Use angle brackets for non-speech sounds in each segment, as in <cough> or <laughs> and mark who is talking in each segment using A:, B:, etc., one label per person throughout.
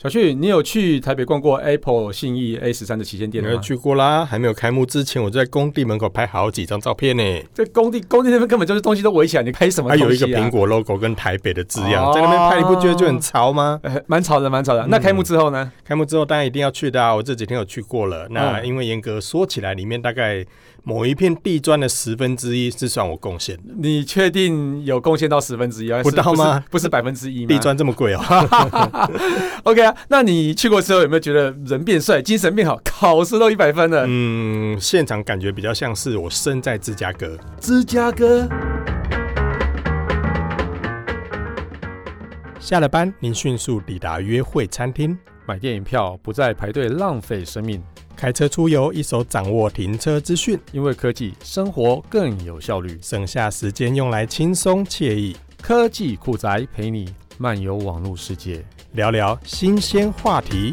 A: 小旭，你有去台北逛过 Apple 信义 A 十三的旗舰店
B: 你有
A: 吗？
B: 去过啦？还没有开幕之前，我就在工地门口拍好几张照片呢。
A: 这工地工地那边根本就是东西都围起来，你拍什么
B: 还
A: 东西、啊？
B: 有一个苹果 logo 跟台北的字样，
A: 哦
B: 在那边拍，你不觉得就很潮吗？
A: 呃， <laughs> 蛮吵的，蛮吵的。
C: 嗯
A: 那开幕之后呢？
B: 开幕之后当然一定要去的啊！我这几天有去过了。那
A: 嗯
B: 因为严格说起来，里面大概某一片地砖的十分之一是算我贡献的。
A: 你确定有贡献到十分之一啊？
B: 不
A: 是
B: 到吗？
A: 不是百分之一吗？
B: 地砖这么贵哦、
A: <laughs> OK 啊，那你去过之后有没有觉得人变帅、精神变好，考试都一百分了？
B: 嗯，现场感觉比较像是我身在芝加哥。
A: 芝加哥，
B: 下了班，您迅速抵达约会餐厅，
C: 买电影票不再排队浪费生命，
B: 开车出游，一手掌握停车资讯，
C: 因为科技生活更有效率。
B: 省下时间用来轻松惬意
C: 科技酷宅陪你漫游网络世界。
B: 聊聊新鲜话题。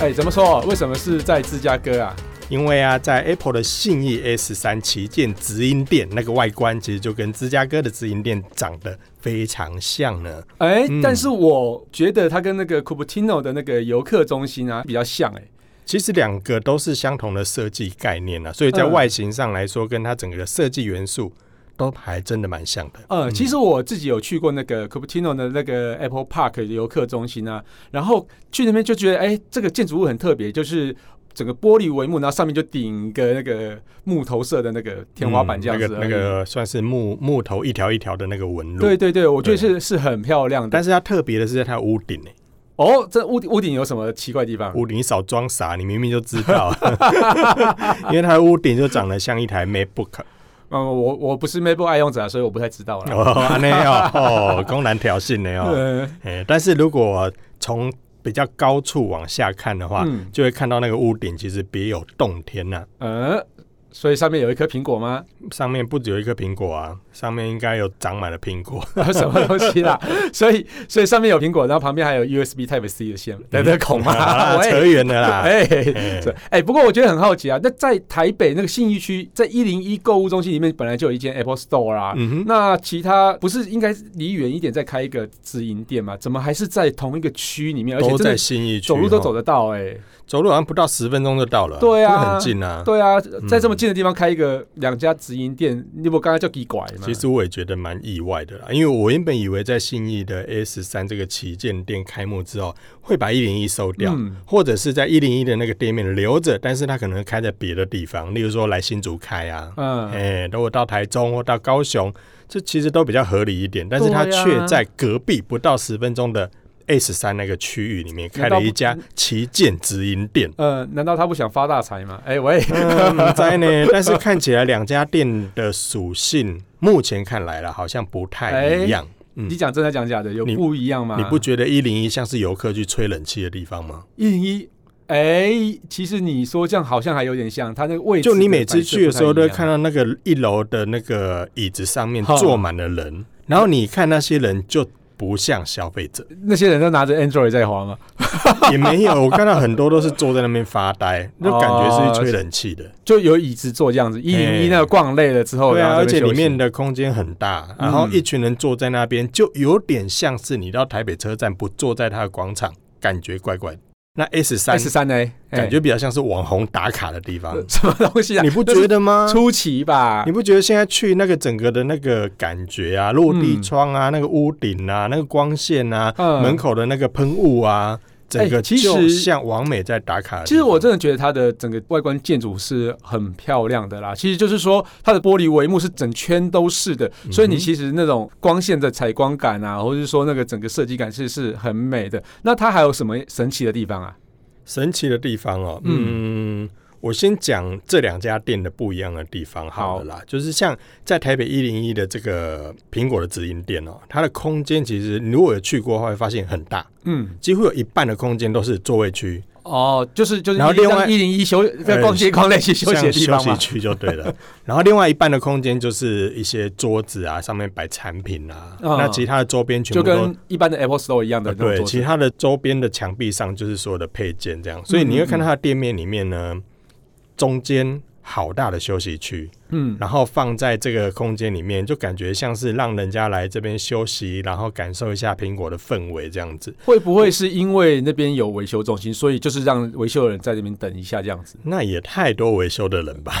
A: 哎、怎么说？为什么是在芝加哥啊？
B: 因为啊，在 Apple 的信义 S 三旗舰直营店，那个外观其实就跟芝加哥的直营店长得非常像呢。
A: 哎、
B: 嗯
A: 但是我觉得它跟那个 Cupertino 的那个游客中心啊比较像、哎，
B: 其实两个都是相同的设计概念啊，所以在
A: 嗯
B: 外形上来说，跟它整个的设计元素都还真的蛮像的。
A: 呃，其实我自己有去过那个 Cupertino 的那个 Apple Park 的游客中心啊，然后去那边就觉得，哎、这个建筑物很特别，就是整个玻璃帷幕，然后上面就顶一个那个木头色的那个天花板这样子、
B: 嗯那个那。个算是木木头一条一条的那个纹路。
A: 对，对对，我觉得
B: 对
A: 是是很漂亮的
B: 但。是它特别的是在它的屋顶诶、
A: 哦，这屋顶屋顶有什么奇怪的地方？
B: 屋顶你少装傻，你明明就知道， <laughs> 因为它的屋顶就长得像一台 MacBook。
A: 嗯，我我不是 Maple 爱用者啊，所以我不太知道啦。
B: <laughs> 哦，安内哦，哦，公然挑衅的
A: <laughs>
B: 哦。
A: 呃
B: 哎，但是如果从比较高处往下看的话，
A: 嗯
B: 就会看到那个屋顶其实别有洞天呐、
A: 呃，所以上面有一颗苹果吗？
B: 上面不只有一颗苹果啊，上面应该有长满了
A: <laughs>
B: 苹果。
A: 什么东西
B: <laughs>
A: 啦？所以所以上面有苹果，然后旁边还有 USB Type C 的
B: 嗯
A: 线的的孔
B: 好
A: <laughs>
B: 啦
A: 嘛？
B: 扯
A: 啊喂，
B: 远了啦。
A: 哎
B: 哎
A: 这哎，不过我觉得很好奇啊，那在台北那个信义区，在一零一购物中心里面本来就有一间 Apple Store 啊。
B: 嗯哼，
A: 那其他不是应该离远一点再开一个直营店吗？怎么还是在同一个区里面，而且
B: 都
A: 真
B: 在
A: 的
B: 新义区，
A: 走路都
B: 哦
A: 走得到哎、
B: 走路好像不到十分钟就到了，
A: 对啊
B: 真的很近啊。
A: 对啊，在这么近的地方开一个两家直营店，你不刚才叫给拐吗？
B: 其实我也觉得蛮意外的啦，因为我原本以为在信义的 S 三这个旗舰店开幕之后，会把一零一收掉，
A: 嗯
B: 或者是在一零一的那个店面留着，但是它可能开在别的地方，例如说来新竹开啊，
A: 嗯，
B: 哎、如果到台中或到高雄，这其实都比较合理一点。但是它
A: 对啊
B: 却在隔壁不到十分钟的 S 三那个区域里面开了一家旗舰直营店。
A: 呃，难道他不想发大财吗？哎、喂，
B: 嗯， <laughs> 在呢，但是看起来两家店的属性目前看来了，好像不太一
A: 哎
B: 样。嗯
A: 你讲真的讲假的，有
B: 你
A: 不一样吗？
B: 你不觉得一零一像是游客去吹冷气的地方吗？
A: 一零一，哎，其实你说这样好像还有点像，他那个位置
B: 就你每
A: 摆
B: 次
A: 设
B: 去的时候，
A: 不太
B: 都
A: 一样
B: 会看到那个一楼的那个椅子上面
A: 哈
B: 坐满了人，然后你看那些人就不像消费
A: <laughs>
B: 者，
A: 那些人都拿着 Android 在滑吗？
B: 也没有。我看到很多都是坐在那边发
A: <laughs>
B: 呆，就感觉是去吹冷气的。
A: 就有椅子坐这样子，一零
B: 哎
A: 一那个逛累了之后，
B: 对
A: 哦然
B: 啊，
A: 后
B: 而
A: 这
B: 且
A: 边
B: 里
A: 休息
B: 面的空间很大，然后
A: 嗯
B: 一群人坐在那边，就有点像是你到台北车站不坐在它的广场，感觉怪怪的。那 S 三
A: S 三呢，哎
B: 感觉比较像是网红打卡的地方，
A: <laughs> 什么东西啊？
B: 你不觉得吗
A: 那是？出奇吧
B: 你？不觉得现在去那个整个的那个感觉
A: 嗯
B: 啊，落地窗啊，那个屋顶啊，那个光线啊，
A: 嗯
B: 门口的那个喷雾啊，整个
A: 哎其实
B: 就像王美在打卡的地方。
A: 其实我真的觉得它的整个外观建筑是很漂亮的啦。其实就是说，它的玻璃帷幕是整圈都是的，所以你其实那种光线的采光感啊，或者是说那个整个设计感是是很美的。那它还有什么神奇的地方啊？
B: 神奇的地方哦，嗯，我先讲这两家店的不一样的地方好了啦，就是像在台北一零一的这个苹果的直营店哦，它的空间其实如果有去过的话，会发现很大，
A: 嗯，
B: 几乎有一半的空间都是座位区，
A: 哦，就是就是，
B: 然后另外
A: 一零一休在逛街逛那些呃休息的
B: 像
A: 地
B: 休
A: 方
B: 息
A: 嘛。
B: 区就对了。然后另外一半的空间就是一些桌子啊，上面摆产品啊，
A: 嗯
B: 那其他的周边全
A: 就
B: 部都
A: 跟一般的 Apple Store 一样的
B: 呃
A: 那种
B: 对，
A: 桌
B: 其
A: 子，
B: 他的周边的墙壁上就是所有的配件
A: 嗯
B: 这样，所以你会看到它的店面里面呢，中间好大的休息区，
A: 嗯，
B: 然后放在这个空间里面，就感觉像是让人家来这边休息，然后感受一下苹果的氛围这样子。
A: 会不会是因为那边有维修中心，所以就是让维修的人在那边等一下这样 <laughs> 子？
B: 那也太多维修的人吧，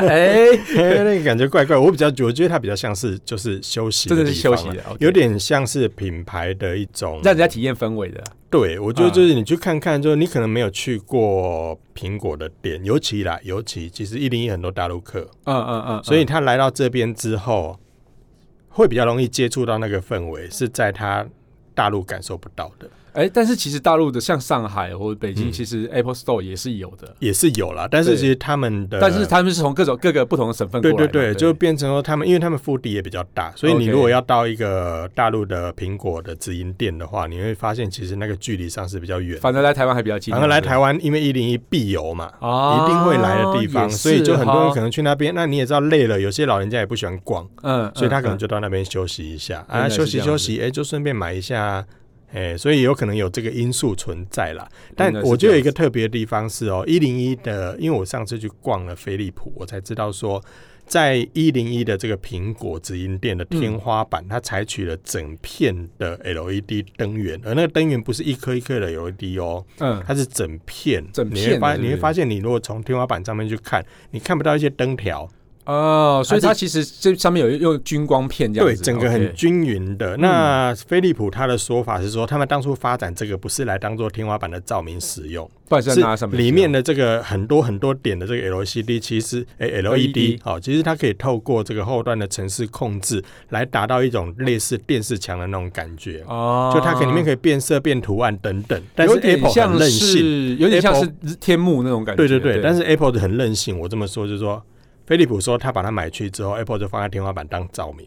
A: 哎，
B: <laughs> 那个感觉怪怪。我比较，我觉得它比较像是就是休息的
A: 真
B: 地
A: 的
B: 方啊，
A: 是休息的，
B: 有点像是品牌的一种
A: 让人家体验氛围的。
B: 对，我觉得就是你去看看，就是你可能没有去过苹果的店，尤其啦，尤其其实一零一很多大陆客，
A: 嗯嗯嗯，
B: 所以他来到这边之后，会比较容易接触到那个氛围，是在他大陆感受不到的，
A: 哎、但是其实大陆的像上海或者北京，
B: 嗯
A: 其实 Apple Store 也是有的，
B: 也是有啦。但是
A: 对
B: 其实他们的，
A: 但是他们是从各种各个不同的省份过
B: 对
A: 来
B: 呃对
A: 的。
B: 对，就变成说他们，因为他们腹地也比较大，所以你
A: OK
B: 如果要到一个大陆的苹果的直营店的话，你会发现其实那个距离上是比较远的。
A: 反正来台湾还比较近，
B: 反而来台
A: 湾
B: 湾，因为一零一必游嘛，
A: 啊
B: 一定会来的地方，
A: 也是
B: 所以就很多人
A: 哈
B: 可能去那边。那你也知道，累了，有些老人家也不喜欢逛，
A: 嗯，
B: 所以他可能
A: 嗯
B: 就到那边休息一下、
A: 原
B: 啊，
A: 来是
B: 休息
A: 这样
B: 休
A: 子
B: 息，哎、就顺便买一下，哎、所以有可能有这个因素存在啦。
A: 原来
B: 但
A: 是
B: 我觉得有一个特别的地方是哦，一零一的，因为我上次去逛了飞利浦，我才知道说。在一零一的这个苹果直营店的天
A: 嗯
B: 花板，它采取了整片的 LED 灯源，而那个灯源不是一颗一颗的 LED 哦，
A: 嗯
B: 它是整片，
A: 整
B: 你
A: 片的
B: 会发
A: 是不
B: 你
A: 是
B: 会发现，你如果从天花板上面去看，你看不到一些灯条，
A: 哦，所以
B: 它
A: 它其实这上面有用军光片这样
B: 对，
A: 子，
B: 整个
A: OK 嗯
B: 很均匀的。那飞利浦他的说法是说，他们当初发展这个不是来当做天花板的照明使用，
A: 不然是
B: 是
A: 在拿上面
B: 里面的这个很多很多点的这个 LCD，其实诶、LED
A: E
B: 好、哦其实它可以透过这个后段的城市控制来达到一种类似电视墙的那种感觉。
A: 哦，
B: 就它可里面可以变色、变图案等等，但是
A: 有点
B: Apple 很
A: 像
B: 任性，
A: 是有点像是天幕那种感觉，
B: 对对对，但
A: 是
B: 是 Apple 的很任性，我这么说就是说，飞利浦说他把它买去之后，Apple 就放在天花板当照明，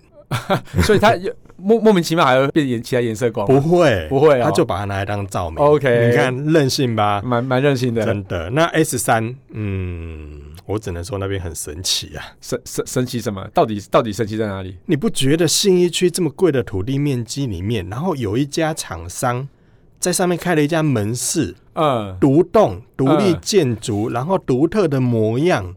A: 所以它有莫莫名其妙还会变颜其他颜色光，
B: 不会，
A: 不会啊，
B: 他就把它拿来当照明。
A: OK
B: 你看任性吧，
A: 蛮蛮任性的，
B: 真的。那 S 三，嗯，我只能说那边很神奇啊！
A: 神神神奇什么？到底到底神奇在哪里？
B: 你不觉得信义区这么贵的土地面积里面，然后有一家厂商在上面开了一家门市，
A: 嗯，
B: 独栋独立
A: 嗯
B: 建筑，然后独特的模样，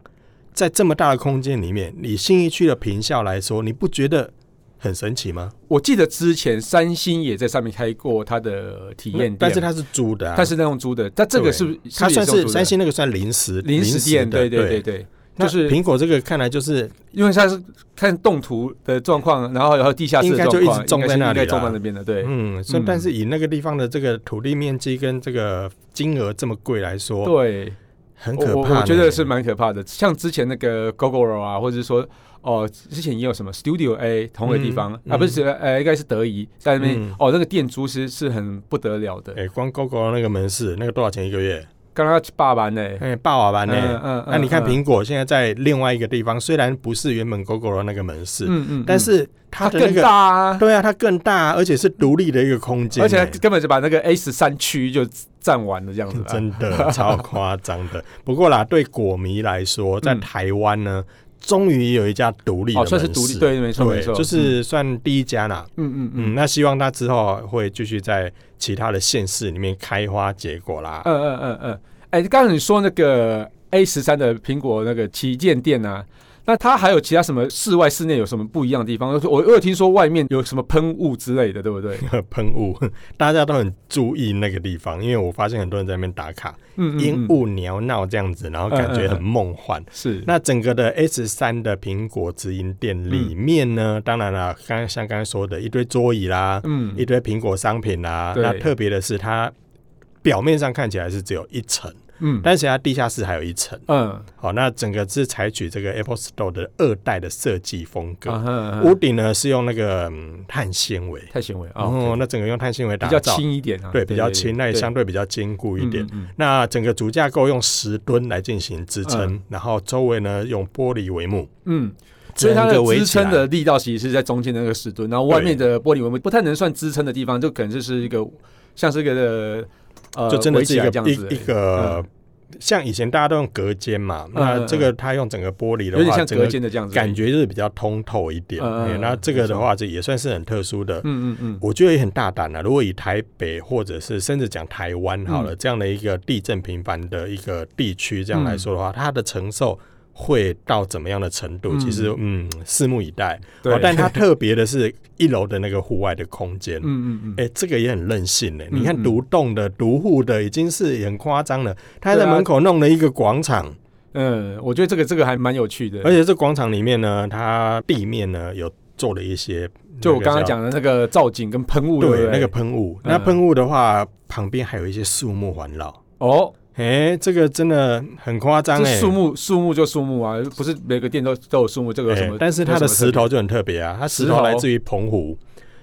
B: 在这么大的空间里面，以信义区的坪效来说，你不觉得很神奇吗？
A: 我记得之前三星也在上面开过它的体验店，
B: 但是它是租的、啊，
A: 它是那种租的，但这个是不是
B: 它算
A: 不也用
B: 是
A: 租的
B: 三星那个算临时
A: 临时店？
B: 的
A: 对
B: 对
A: 对对，
B: 那
A: 就是
B: 苹果这个看来就是
A: 因为它是看动图的状况，然后还有地下室的
B: 应该
A: 状
B: 就
A: 况，
B: 一直种在那里
A: 应该是应该种
B: 啦
A: 在那边的，对
B: 嗯，所以
A: 嗯
B: 但是以那个地方的这个土地面积跟这个金额这么贵来说，
A: 对。
B: 很
A: 我
B: 可
A: 我
B: 怕呢。
A: 我觉得是蛮可怕的。像之前那个 GoGoRo 啊，或者是说哦，之前也有什么 Studio A 同个地方、
B: 嗯
A: 啊，不是呃，应该是德仪在那边、
B: 嗯
A: 哦，那个店租是是很不得了的，
B: 哎，光 GoGo 那个门市那个多少钱一个月？
A: 刚刚爸爸呢，
B: 哎，霸瓦班呢？
A: 嗯
B: 那你看
A: 平，
B: 苹果现在在另外一个地方，虽然不是原本 GoGo 的那个门市，
A: 嗯嗯，
B: 但是它
A: 它
B: 的那
A: 更
B: 个
A: 大啊，
B: 对啊，它更大，而且是独立的一个空间欸，
A: 而且它根本就把那个 A 十三区就占完了这样子、啊，
B: 嗯真的超夸张
A: <laughs>
B: 的。不过啦，对果迷来说，在
A: 嗯
B: 台湾呢，终于有一家独立的
A: 哦，
B: 门市，
A: 算是独立，对，没错没
B: 对，
A: 错，
B: 就是算第一家啦。
A: 嗯嗯
B: 嗯，
A: 嗯
B: 那希望它之后会继续在其他的县市里面开花结果啦。
A: 嗯嗯嗯嗯，哎，刚刚你说那个 A 十三的苹果那个旗舰店啊。那它还有其他什么室外、室内有什么不一样的地方？我我有听说外面有什么喷雾之类的，对不
B: <laughs>
A: 对？
B: <laughs> 喷雾，大家都很注意那个地方，因为我发现很多人在那边打卡，
A: 嗯，嗯
B: 烟
A: 嗯
B: 雾缭闹这样子，然后感觉很梦幻。
A: 是
B: 那整个的 S 三的苹果直营店里面呢，当然啦，刚刚像刚刚说的一堆桌椅啦，
A: 嗯
B: 一堆苹果商品啦。
A: 对
B: 那特别的是，它表面上看起来是只有一层，
A: 嗯
B: 但是它地下室还有一层。
A: 嗯
B: 好，那整个是采取这个 Apple Store 的二代的设计风格。
A: 啊哈啊
B: 屋
A: 哈
B: 顶呢是用那个、嗯碳纤维，
A: 太显微啊，
B: 哦，那整个用碳纤维打
A: 比较
B: 造，
A: 轻一点啊，
B: 对，比较轻，那也
A: 对
B: 相对比较坚固一点。
A: 嗯嗯嗯
B: 那整个主架构用石墩来进行支撑，然后周围呢用玻璃帷幕，
A: 嗯，所以它的
B: 整个围
A: 支
B: 起来
A: 撑的力道其实是在中间的那个石墩，然后外面的玻璃纹不太能算支撑的地方，就可能就是一个像是一个呃，
B: 就真的
A: 围起
B: 是一
A: 来
B: 个
A: 这样子而嗯
B: 一
A: 已
B: 一个。像以前大家都用隔间嘛，那这个它用整个玻璃的
A: 嗯有点
B: 话，
A: 像
B: 整个
A: 隔间的这样子，
B: 感，觉就是比较通透一点。
A: 嗯嗯
B: 哎
A: 嗯
B: 那这个的
A: 没错
B: 话，这也算是很特殊的。
A: 嗯嗯嗯，
B: 我觉得也很大胆啊！如果以台北或者是甚至讲台
A: 嗯嗯
B: 湾好了，这样的一个地震频繁的一个地区这样来说的话，它的承受会到怎么样的程度，
A: 嗯
B: 其实嗯，拭目以待。
A: 对
B: 哦，但它特别的是一楼的那个户外的空间，
A: <laughs> 嗯嗯嗯，
B: 哎、这个也很任性呢。
A: 嗯
B: 你看
A: 嗯
B: 独栋的、独户的，已经是很夸张了。他还在
A: 对啊
B: 门口弄了一个广场，
A: 嗯，我觉得这个这个还蛮有趣的，
B: 而且这广场里面呢，它地面呢有做了一些，
A: 就我刚刚。讲的那个造景跟喷雾，不
B: 对，
A: 对
B: 那个喷雾，
A: 嗯
B: 那喷雾的话，旁边还有一些树木环绕。
A: 哦，
B: 哎，这个真的很夸张
A: 这
B: 哎，
A: 树木树木就树木啊，不是每个店都都有树木，这个有什
B: 哎
A: 么？
B: 但是它的
A: 有什么
B: 石
A: 特
B: 头就很特别啊，它石
A: 石
B: 头
A: 头
B: 来自于澎湖，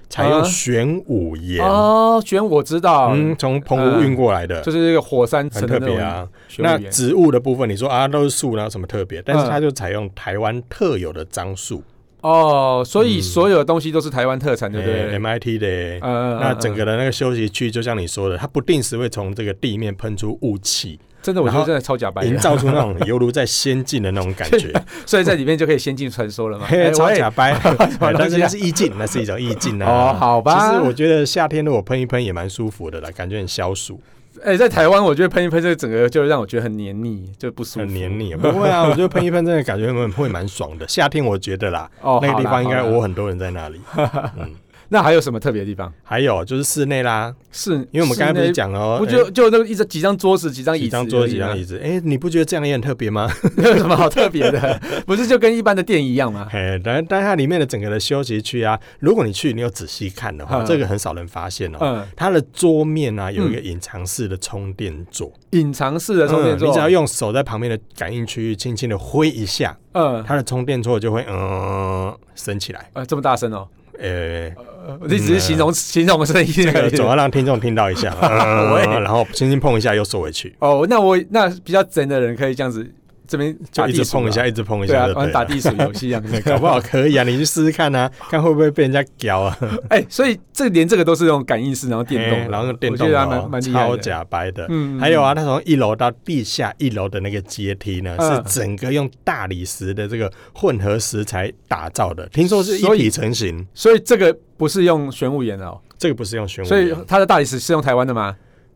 B: 采用
A: 啊
B: 玄武
A: 别
B: 岩，啊
A: 哦，玄武我知道，
B: 嗯，从澎湖运过来的，
A: 就是那个火山
B: 很
A: 城的
B: 特
A: 那
B: 别
A: 种
B: 啊。
A: 玄
B: 那
A: 武岩
B: 植物的部分，你说啊都是树，哪有什么特别？但是
A: 嗯
B: 它就采用台湾特有的樟树，
A: 哦，所以
B: 嗯
A: 所有的东西都是台湾特产，对不
B: 哎
A: 对？
B: ？MIT 的。
A: 呃
B: 那整个的那个休息区，就像你说的，它不定时会从这个地面喷出雾气，
A: 嗯真的，我觉
B: 然
A: 得
B: 后
A: 真的超假白的
B: 营，造出那种犹如在仙境的那种感觉。
A: 所以在里面就可以先进传说了嘛。
B: <laughs> 嘿，
A: 哎
B: 超
A: 喂
B: 假 <laughs> 掰，哎但
A: 东
B: 是
A: 西啊
B: 那是意境，那是一种意境啊。
A: 哦，好吧。
B: 其实我觉得夏天如果喷一喷也蛮舒服的啦，感觉很消暑，
A: 哎、在台湾，我觉得喷一喷这个整个就让我觉得很黏腻，就不舒服。
B: 很黏腻。不会 <laughs> 啊，我觉得喷一喷真的感觉会会蛮爽的。夏天我觉得啦，
A: 哦，
B: 那个
A: 好
B: 地
A: 啦
B: 方应该
A: 好啦
B: 我很多人在那里。嗯，
A: 那还有什么特别的地方？
B: 还有就是室内啦，
A: 是，
B: 因为我们刚才不是
A: 室内，
B: 讲了哦，
A: 不
B: 哎
A: 就就那个一张几张桌子、几张椅
B: 几
A: 子而
B: 张
A: 已吗、
B: 桌子、几
A: <laughs>
B: 张椅子，哎，你不觉得这样也很特别 <laughs> 吗？
A: 没有什么好特别的，
B: <laughs>
A: 不是就跟一般的店一样吗？
B: 哎，但但它里面的整个的休息区啊，如果你去，你有仔细看的话，
A: 嗯
B: 这个很少人发现哦。
A: 嗯，
B: 它的桌面啊，有一个隐藏式的充电座，
A: 隐藏式的嗯充电座，
B: 嗯你只要用手在旁边的感应区域轻轻的挥一下，
A: 嗯，
B: 它的充电座就会嗯升起来。
A: 呃，这么大声哦、 <laughs>
B: 呃，嗯
A: 呃你只是形容、形容声音
B: 这
A: 而
B: 个啊
A: 已。
B: 总要让听众听到一
A: <laughs>
B: 下，嗯
A: 喂
B: 然后轻轻碰一下又收回去，
A: 哦，那我那比较真的人可以这样子，这边
B: 就
A: 打
B: 一
A: 地
B: 直
A: 鼠啊
B: 碰一下，，一直碰一
A: 对
B: 下
A: 啊
B: 就，对
A: 玩打
B: 了。
A: 地鼠游戏这样子
B: <laughs> 。搞不好可以啊，你去试试看啊，看会不会被人家屌啊？
A: <laughs> 哎、所以这连这个都是用感应式，然后电动
B: 嘿
A: 的，
B: 然后电
A: 我
B: 动
A: 觉
B: 的
A: 得还
B: 哦
A: 蛮蛮厉害
B: 超
A: 的。
B: 假白的。
A: 嗯
B: 还有啊，，它从一楼到地下一楼的那个阶梯呢，
A: 嗯
B: 是整个用大理石的这个混合石材打造的，听说是一
A: 所以
B: 体成型。
A: 所以这个不是用玄武岩的哦，
B: 这个不是用玄武
A: 所以
B: 岩，
A: 它的大理石是用台湾的吗？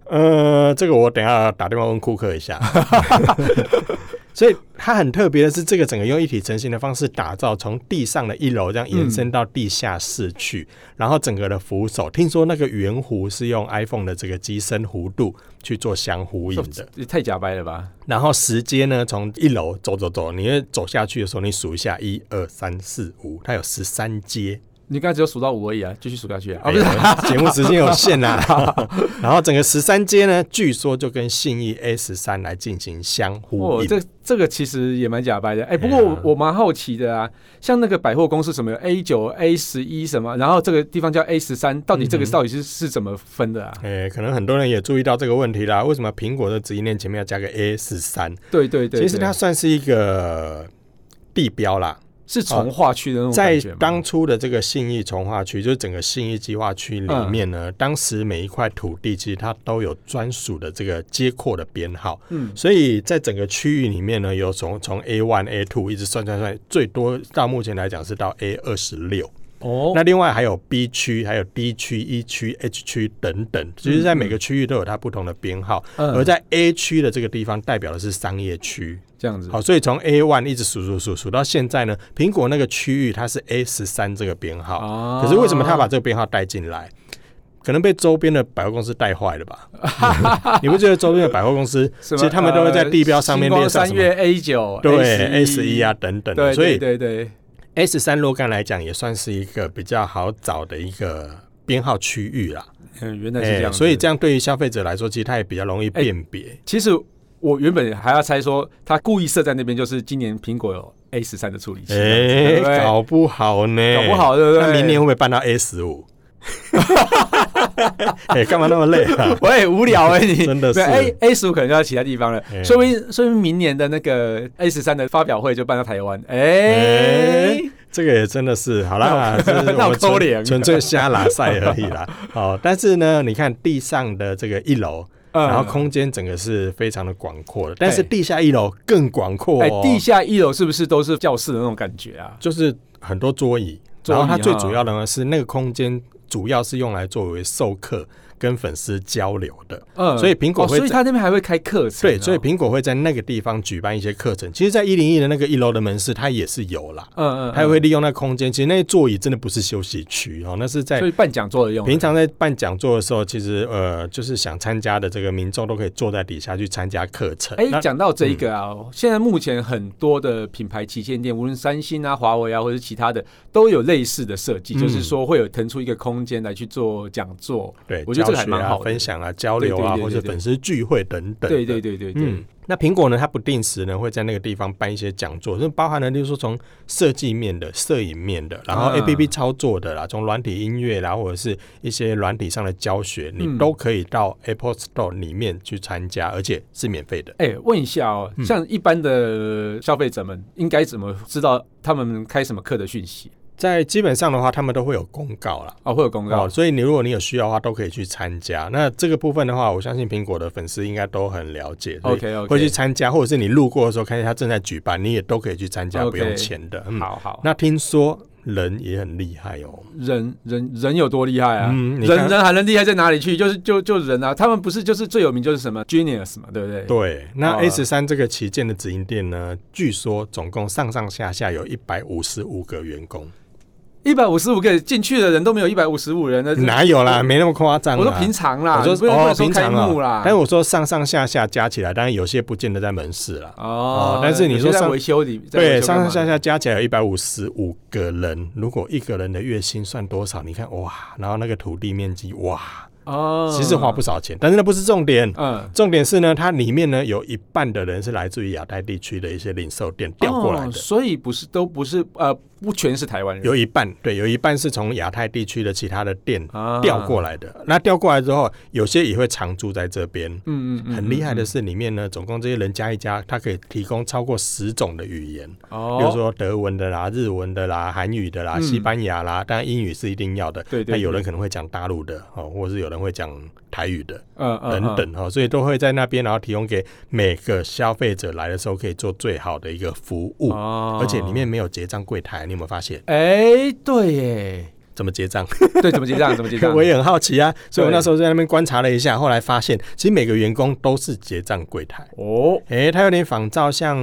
B: 呃，这个我等一下打电话问库克一
A: <laughs>
B: 下。所以它很特别的是，这个整个用一体成型的方式打造，从地上的一楼这样延伸到地下室去，
A: 嗯
B: 然后整个的扶手，听说那个圆弧是用 iPhone 的这个机身弧度去做相呼应的。
A: 也太假掰了吧！
B: 然后时间呢，从一楼走走走，你会走下去的时候，你数一下，一二三四五，它有十三阶。
A: 你刚才只有数到五而已啊，继续数下去啊！啊，
B: 哎
A: 不是， <laughs>
B: 呀节目时间有限啦、然后整个十三阶呢，据说就跟信义 A 十三来进行相呼
A: 哦，
B: 应。
A: 这这个其实也蛮假掰的。哎，不过
B: 对啊
A: 我我蛮好奇的啊，像那个百货公司什么 A 九、A 十一什么，然后这个地方叫 A 十三，到底这个
B: 嗯哼
A: 到底是是怎么分的啊？
B: 哎，可能很多人也注意到这个问题啦。为什么苹果的直营店前面要加个 A 十三？
A: 对对对，
B: 其实
A: 对
B: 它算是一个地标啦，
A: 是从化区的那种
B: 在
A: 感觉吗
B: 当初的这个信义从化区，就是整个信义计划区里面呢，
A: 嗯
B: 当时每一块土地其实它都有专属的这个街廓的编号，
A: 嗯
B: 所以在整个区域里面呢，有从从 A one、A two 一直算算算，最多到目前来讲是到 A 二十六。
A: 哦
B: 那另外还有 B 区、还有 D 区、E 区、H 区等等，其实在每个区域都有它不同的编号。而
A: 嗯
B: 在 A 区的这个地方代表的是商业区，
A: 这样子
B: 好，所以从 A one 一直数数数数到现在呢，苹果那个区域它是 A 十三这个编号，
A: 啊
B: 可是为什么他把这个编号带进来？可能被周边的百货公司带坏
A: <laughs>
B: 了吧？你不觉得周边的百货公司
A: 什么
B: 其实他们都会在地标上面
A: 呃星
B: 列上
A: 光三
B: 什么？
A: 月 A 九
B: 对 A 十一啊，等等的，
A: 对
B: 所以
A: 对对对，
B: A 十三若干来讲也算是一个比较好找的一个编号区域啦。
A: 嗯，原来是这样
B: 哎
A: 子，
B: 所以这样对于消费者来说，其实它也比较容易辨别。
A: 其实我原本还要猜说，他故意设在那边，就是今年苹果有 A 十三的处理器，对
B: 哎、
A: 不对
B: 搞不好呢，
A: 搞不好对不对？
B: 那明年会不会办到 A 十五？ <laughs> 哎，干嘛那么累
A: <laughs>
B: 啊？
A: 喂无聊哎、你
B: <laughs> 真的是
A: 对 A A 十五可能就到其他地方了，
B: 哎
A: 说明说明明年的那个 A 十三的发表会就办到台湾，哎、
B: 哎这个也真的是好啦，
A: <laughs>
B: 这是
A: 那
B: 我
A: 我
B: 们
A: 抠脸啊
B: 纯纯粹瞎拉赛而已啦。哦，但是呢，你看地上的这个一楼，
A: 嗯
B: 然后空间整个是非常的广阔的，但是地下一楼更广阔
A: 哎、
B: 哦，
A: 地下一楼是不是都是教室的那种感觉啊？
B: 就是很多桌椅，
A: 桌椅嗯
B: 然后它最
A: 哈
B: 主要的呢是那个空间主要是用来作为授课跟粉丝交流的。
A: 嗯
B: 所以苹果
A: 哦
B: 会
A: 所以
B: 在
A: 他那边还会开课程哦、
B: 对，所以苹果会在那个地方举办一些课程。其实，在一零一的那个一楼的门市，它也是有啦，
A: 嗯嗯，
B: 它也会利用那空间。其实那些座椅真的不是休息区哦，那是在
A: 嗯所以办讲座的用的，
B: 平常在办讲座的时候，其实呃，就是想参加的这个民众都可以坐在底下去参加课程。
A: 哎，
B: 那嗯
A: 讲到这一个啊，现在目前很多的品牌旗舰店，无论三星啊、华为啊，或者是其他的，都有类似的设计，
B: 嗯
A: 就是说会有腾出一个空间来去做讲座。
B: 对，
A: 我觉得这个
B: 教
A: 还
B: 学
A: 蛮
B: 啊
A: 好的
B: 分享啊、交流
A: 对对
B: 啊，
A: 对对
B: 或者
A: 对
B: 粉丝聚会等等。
A: 对对。对对对，
B: 嗯，那苹果呢？它不定时呢会在那个地方办一些讲座，就包含了，例如说从设计面的、摄影面的，然后
A: 啊
B: A P P 操作的啦，从软体音乐啦，或者是一些软体上的教学，
A: 嗯
B: 你都可以到 Apple Store 里面去参加，而且是免费的。
A: 哎、问一下哦，
B: 嗯
A: 像一般的消费者们应该怎么知道他们开什么课的讯息
B: 在基本上的话，他们都会有公告啦。
A: 啊、哦？会有公告
B: 哦，所以你如果你有需要的话，都可以去参加。那这个部分的话，我相信苹果的粉丝应该都很了解，所以
A: ？OK OK，
B: 会去参加，或者是你路过的时候看见他正在举办，你也都可以去参加
A: OK
B: 不用钱的。嗯，
A: 好好，
B: 那听说人也很厉害哦。
A: 人人人有多厉害啊？
B: 嗯你看
A: 人人还能厉害在哪里去？就是就就人啊，他们不是就是最有名就是什么 genius 嘛，对不对？
B: 对，那
A: 啊
B: A 十三这个旗舰的直营店呢，据说总共上上下下有一百五十五个员工，
A: 一百五十五个进去的人都没有一百五十五人的，
B: 哪有啦，没那么夸张啦。
A: 我说平常啦，
B: 啊我说
A: 你不用不
B: 哦
A: 能说
B: 平
A: 开
B: 常哦
A: 幕啦。
B: 但我说上上下下加起来，当然有些不见得在门市啦。
A: 哦
B: 哦，但是你
A: 有
B: 说
A: 些在
B: 上
A: 维修里，在维
B: 对，
A: 修
B: 上
A: 干嘛
B: 上下下加起来有一百五十五个人，如果一个人的月薪算多少？你看哇，然后那个土地面积哇，
A: 哦，
B: 其实花不少钱，但是那不是重点。
A: 嗯
B: 重点是呢，它里面呢有一半的人是来自于亚太地区的一些零售店调过来
A: 哦
B: 的，
A: 所以不是都不是呃，不全是台湾人
B: 有一半对，有一半是从亚太地区的其他的店
A: 啊
B: 调过来的。那调过来之后，有些也会常住在这边。
A: 嗯嗯嗯，
B: 很厉害的是，里面呢，总共这些人加一加，它可以提供超过十种的语言。
A: 哦，
B: 比如说德文的啦、日文的啦、韩语的啦、
A: 嗯
B: 西班牙啦，当然英语是一定要的。
A: 对对
B: 那有
A: 对
B: 人可能会讲大陆的哦，或者是有人会讲台语的
A: 嗯嗯
B: 等等哦，所以都会在那边，然后提供给每个消费者来的时候可以做最好的一个服务，
A: 哦
B: 而且里面没有结账柜台，你有没有发现？
A: 哎，对耶，
B: 怎么结账？
A: 对，怎么结账？怎么结账？
B: <laughs> 我也很好奇啊，所以我
A: 对
B: 那时候在那边观察了一下，后来发现其实每个员工都是结账柜台。
A: 哦，
B: 诶，它有点仿照像，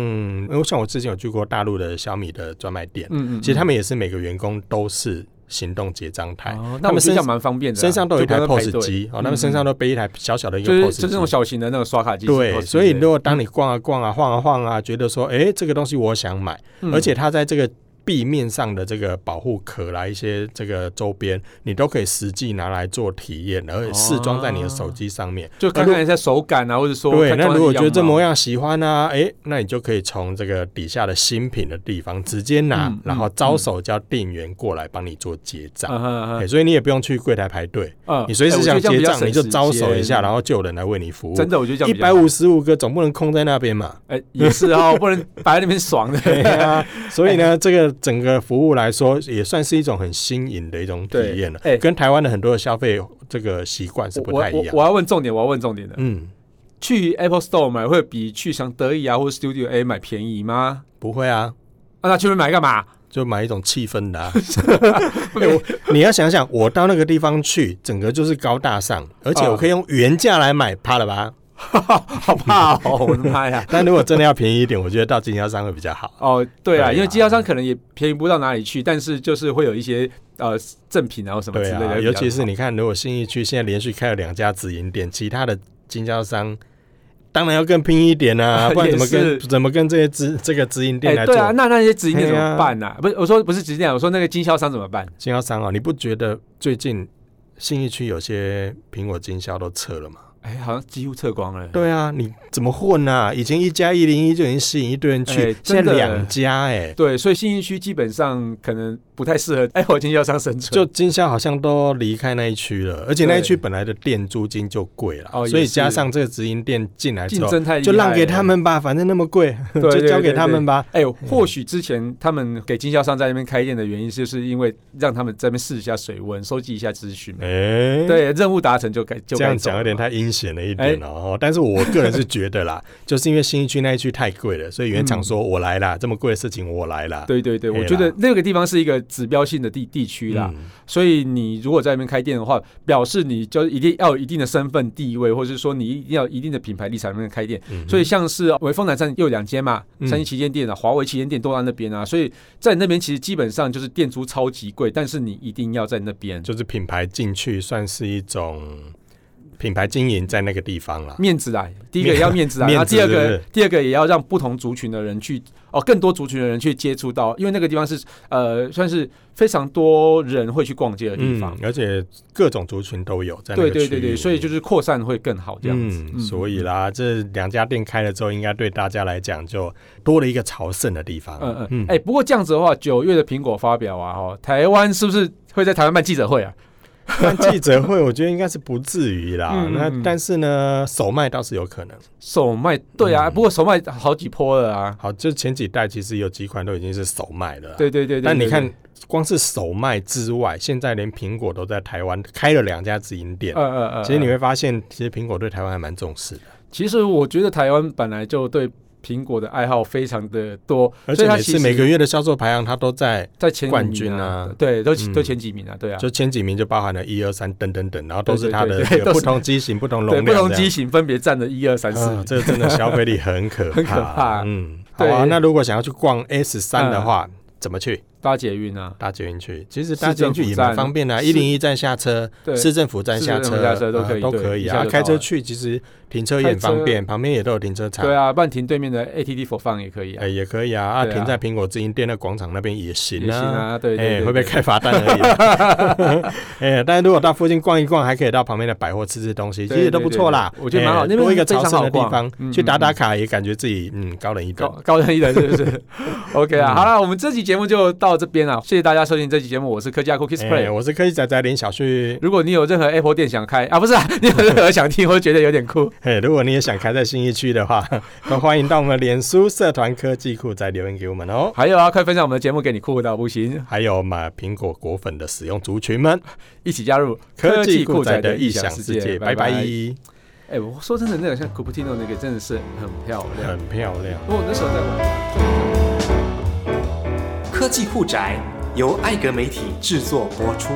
B: 呃像我之前有去过大陆的小米的专卖店，
A: 嗯嗯，
B: 其实他们也是每个员工都是行动结账台，
A: 哦那
B: 哎他
A: 我觉
B: 们
A: 得
B: 身
A: 这样蛮方便的啊，
B: 身上都有一台
A: 就不用再
B: POS
A: 排队
B: 机，哦，
A: 嗯
B: 他们身上都背一台小小的一个
A: 就是
B: POS
A: 就是
B: 机
A: 那。种小型的那个刷卡机，
B: 对，
A: POS 机
B: 所以
A: 对
B: 如果当你逛啊逛啊、晃啊晃啊，觉得说，诶，这个东西我想买，
A: 嗯
B: 而且它在这个壁面上的这个保护壳啦，一些这个周边，你都可以实际拿来做体验，而
A: 哦
B: 且试装在你的手机上面。
A: 就看看一下手感啊，或者说
B: 对，
A: 看
B: 那
A: 装
B: 如果
A: 的
B: 觉得这
A: 样貌
B: 模样喜欢呢、啊，哎、那你就可以从这个底下的新品的地方直接拿，
A: 嗯
B: 然后招手叫店员过来帮你做结账。
A: 嗯嗯嗯
B: 哎所以你也不用去柜台排队，
A: 嗯
B: 你随时想结账你就招手一下，然
A: 后
B: 后就有人来为你服务。
A: 嗯真的我觉得这样
B: 一
A: 比较
B: 百五十五个总不能空在那边嘛。
A: 哎也是
B: <laughs>
A: 哦，不能摆在那边爽的。
B: 对啊，所以呢，这个整个服务来说，也算是一种很新颖的一种体验了，
A: 对哎
B: 跟台湾的很多的消费这个习惯是
A: 我
B: 不
A: 我
B: 太一
A: 我
B: 样。
A: 我要问重点，我要问重点的。
B: 嗯，
A: 去 Apple Store 买会比去像德意啊或者 Studio A 买便宜吗？
B: 不会啊，
A: 啊，那去那边买干
B: <laughs>
A: 嘛？
B: 就买一种气氛
A: <laughs>
B: 的、啊。哎我你要想想，我到那个地方去，整个就是高大上，而
A: 啊
B: 且我可以用原价来买，怕了吧？
A: 好怕哦！我的妈呀！
B: 但如果真的要便宜一点，我觉得到经销商会比较好。
A: 哦，对
B: 对
A: 啊，
B: 啊
A: 因为经销商可能也便宜不到哪里去，但是就是会有一些呃赠品啊或什么
B: 对
A: 之类
B: 啊，
A: 的，
B: 尤其是你看，如果信义区现在连续开了两家直营店，其他的经销商当然要更拼一点
A: <laughs>
B: 啊，不然怎么
A: 也
B: 跟
A: 是
B: 怎么跟这些直这个直营店
A: 哎，
B: 来做？
A: 对啊，那那些直营店怎
B: 哎
A: 么
B: 呀
A: 办呢？不是，我说不是直营店，我说那个经销商怎么办？
B: 经销商啊，你不觉得最近信义区有些苹果经销都撤了吗？
A: 哎，好像几乎撤光了。
B: 对啊，你怎么混啊？以前一加一零一就已经吸引一堆人去，
A: 哎真
B: 现
A: 的
B: 在两家哎、
A: 对，所以信义区基本上可能不太适合 <laughs> Apple 经销商生存。
B: 就经销好像都离开那一区了，而且那一区
A: 对
B: 本来的店租金就贵了，
A: 哦也
B: 所以加
A: 是
B: 上这个直营店进来之
A: 竞
B: 后，
A: 争太厉
B: 就让
A: 害了
B: 给他。们吧，反正那么贵，
A: 对对
B: 就交给他们吧。嗯
A: 哎、或许之前他们给经销商在那边开店的原因，就是因为让他们在那边试一下水温，收集一下资讯嘛。
B: 哎，
A: 对，任务达成就该就
B: 这样
A: 该走
B: 讲有
A: 了
B: 点
A: 嘛哎
B: 太阴险了一点哦。哦但是我个人是觉得啦，就是因为新一区那一区太贵了，所以原
A: 嗯
B: 厂说我来啦，这么贵的事情我来啦。
A: 对对对，
B: 嘿
A: 我
B: 啦
A: 觉得那个地方是一个指标性的地地区啦，
B: 嗯
A: 所以你如果在那边开店的话，表示你就一定要有一定的身份地位，或者是说你一定要有一定的品牌力才能开店。
B: 嗯
A: 所以像是呃微风南站又有两间嘛，
B: 嗯
A: 三星旗舰店啊，华为旗舰店都在那边啊，所以在那边其实基本上就是店租超级贵，但是你一定要在那边，
B: 就是品牌进去算是一种品牌经营在那个地方啦。
A: 面子啊，第一个也要面子啊，
B: <laughs> 面
A: 然后第二
B: 面子是
A: 个
B: 不是
A: 第二个也要让不同族群的人去哦，更多族群的人去接触到，因为那个地方是呃算是非常多人会去逛街的地方
B: 嗯，，而且各种族群都有在那
A: 对
B: 个
A: 对
B: 区
A: 对
B: 域
A: 对，所以就是扩散会更好这样子，
B: 嗯，所以啦，这两家店开了之后，应该对大家来讲就多了一个朝圣的地方。
A: 嗯嗯，哎、不过这样子的话，九月的苹果发表啊，哦，台湾是不是会在台湾办记者会啊？
B: <laughs> 办记者会，我觉得应该是不至于啦。
A: 嗯嗯嗯
B: 那但是呢，首卖倒是有可能。
A: 首卖对啊，
B: 嗯
A: 不过首卖好几波了啊。
B: 好，就前几代其实有几款都已经是首卖了啦。
A: 对对对对，
B: 但你
A: 对
B: 看，，光是首卖之外，现在连苹果都在台湾开了两家直营店。
A: 呃呃呃，
B: 其实你会发现，其实苹果对台湾还蛮重视的，
A: 其实我觉得台湾本来就对苹果的爱好非常的多，
B: 而
A: 呃所
B: 且
A: 以它
B: 每
A: 其
B: 次
A: 实
B: 每个月的销售排行，它都在
A: 在前几名
B: 冠军啊
A: 对，都
B: 嗯
A: 都前几名啊，对啊，
B: 就前几名就包含了一二三等等等，然后都是它
A: 对
B: 的
A: 对对
B: 这
A: 都
B: 个
A: 是
B: 不同机型、不同
A: 对
B: 容量、
A: 不同机型分别占了一二三四
B: 啊，这个真的消费力很可
A: <laughs>
B: 怕，
A: 很可怕
B: 嗯，好
A: 对嗯
B: 啊，那如果想要去逛 S 三的话，怎么去？
A: 搭捷运啊，
B: 搭捷运去，其实
A: 市
B: 搭捷
A: 政
B: 运去
A: 府
B: 也蛮
A: 站
B: 方便的、啊，
A: 市
B: 一零一站下车，
A: 对，
B: 市政府站下
A: 市政
B: 车，
A: 府下车都可以
B: 啊都
A: 对
B: 可以
A: 一下
B: 啊。
A: 就
B: 开
A: 到
B: 车
A: 了
B: 去其实停车也很方便，旁边也都有停车场。
A: 对啊，不然停对面的 ATD for fun 也可以啊
B: 哎，，也可以啊，啊，
A: 对啊
B: 停在苹果直营店的广场那边也行
A: 也行
B: 啊。
A: 啊，对
B: 哎，
A: 对，
B: 会被开罚单而已啊。
A: <laughs>
B: <laughs> 哎，但是如果到附近逛一逛，还可以到旁边的百货吃吃东西，其
A: 对
B: 实都不错啦。
A: 对对对我觉得蛮好
B: 哎
A: 那边
B: 多一个
A: 非常
B: 朝圣的地
A: 好逛
B: 方，
A: 嗯
B: 去打
A: 嗯
B: 打
A: 嗯
B: 卡也感觉自己嗯高人一
A: 高
B: 等。
A: 高人一等，是不
B: <laughs>
A: 是？OK
B: 嗯
A: 啊，好了，我们这期节目就到这边了，啊谢谢大家收听这期节目，我是科技阿酷 Kiss
B: 哎
A: Play。
B: 我是科技仔仔林小旭。
A: 如果你有任何 Apple 店想开啊，不是、啊，你有任何想听或觉得有点酷，
B: 嘿，如果你也想开在新一区的 <laughs> 话，都欢迎到我们脸书社团科技库再留言给我们哦。
A: 还有啊，快分享我们的节目给你酷到不行，
B: 还有买苹果果粉的使用族群们，
A: 一起加入
B: 科技酷仔的异想世界，拜拜，
A: 哎、我说真的，那个像 Cupertino 那个真的是很漂
B: <laughs>
A: 亮。
B: 很漂亮。
A: 我那时候在玩。
D: 科技酷宅由艾格媒体制作播出。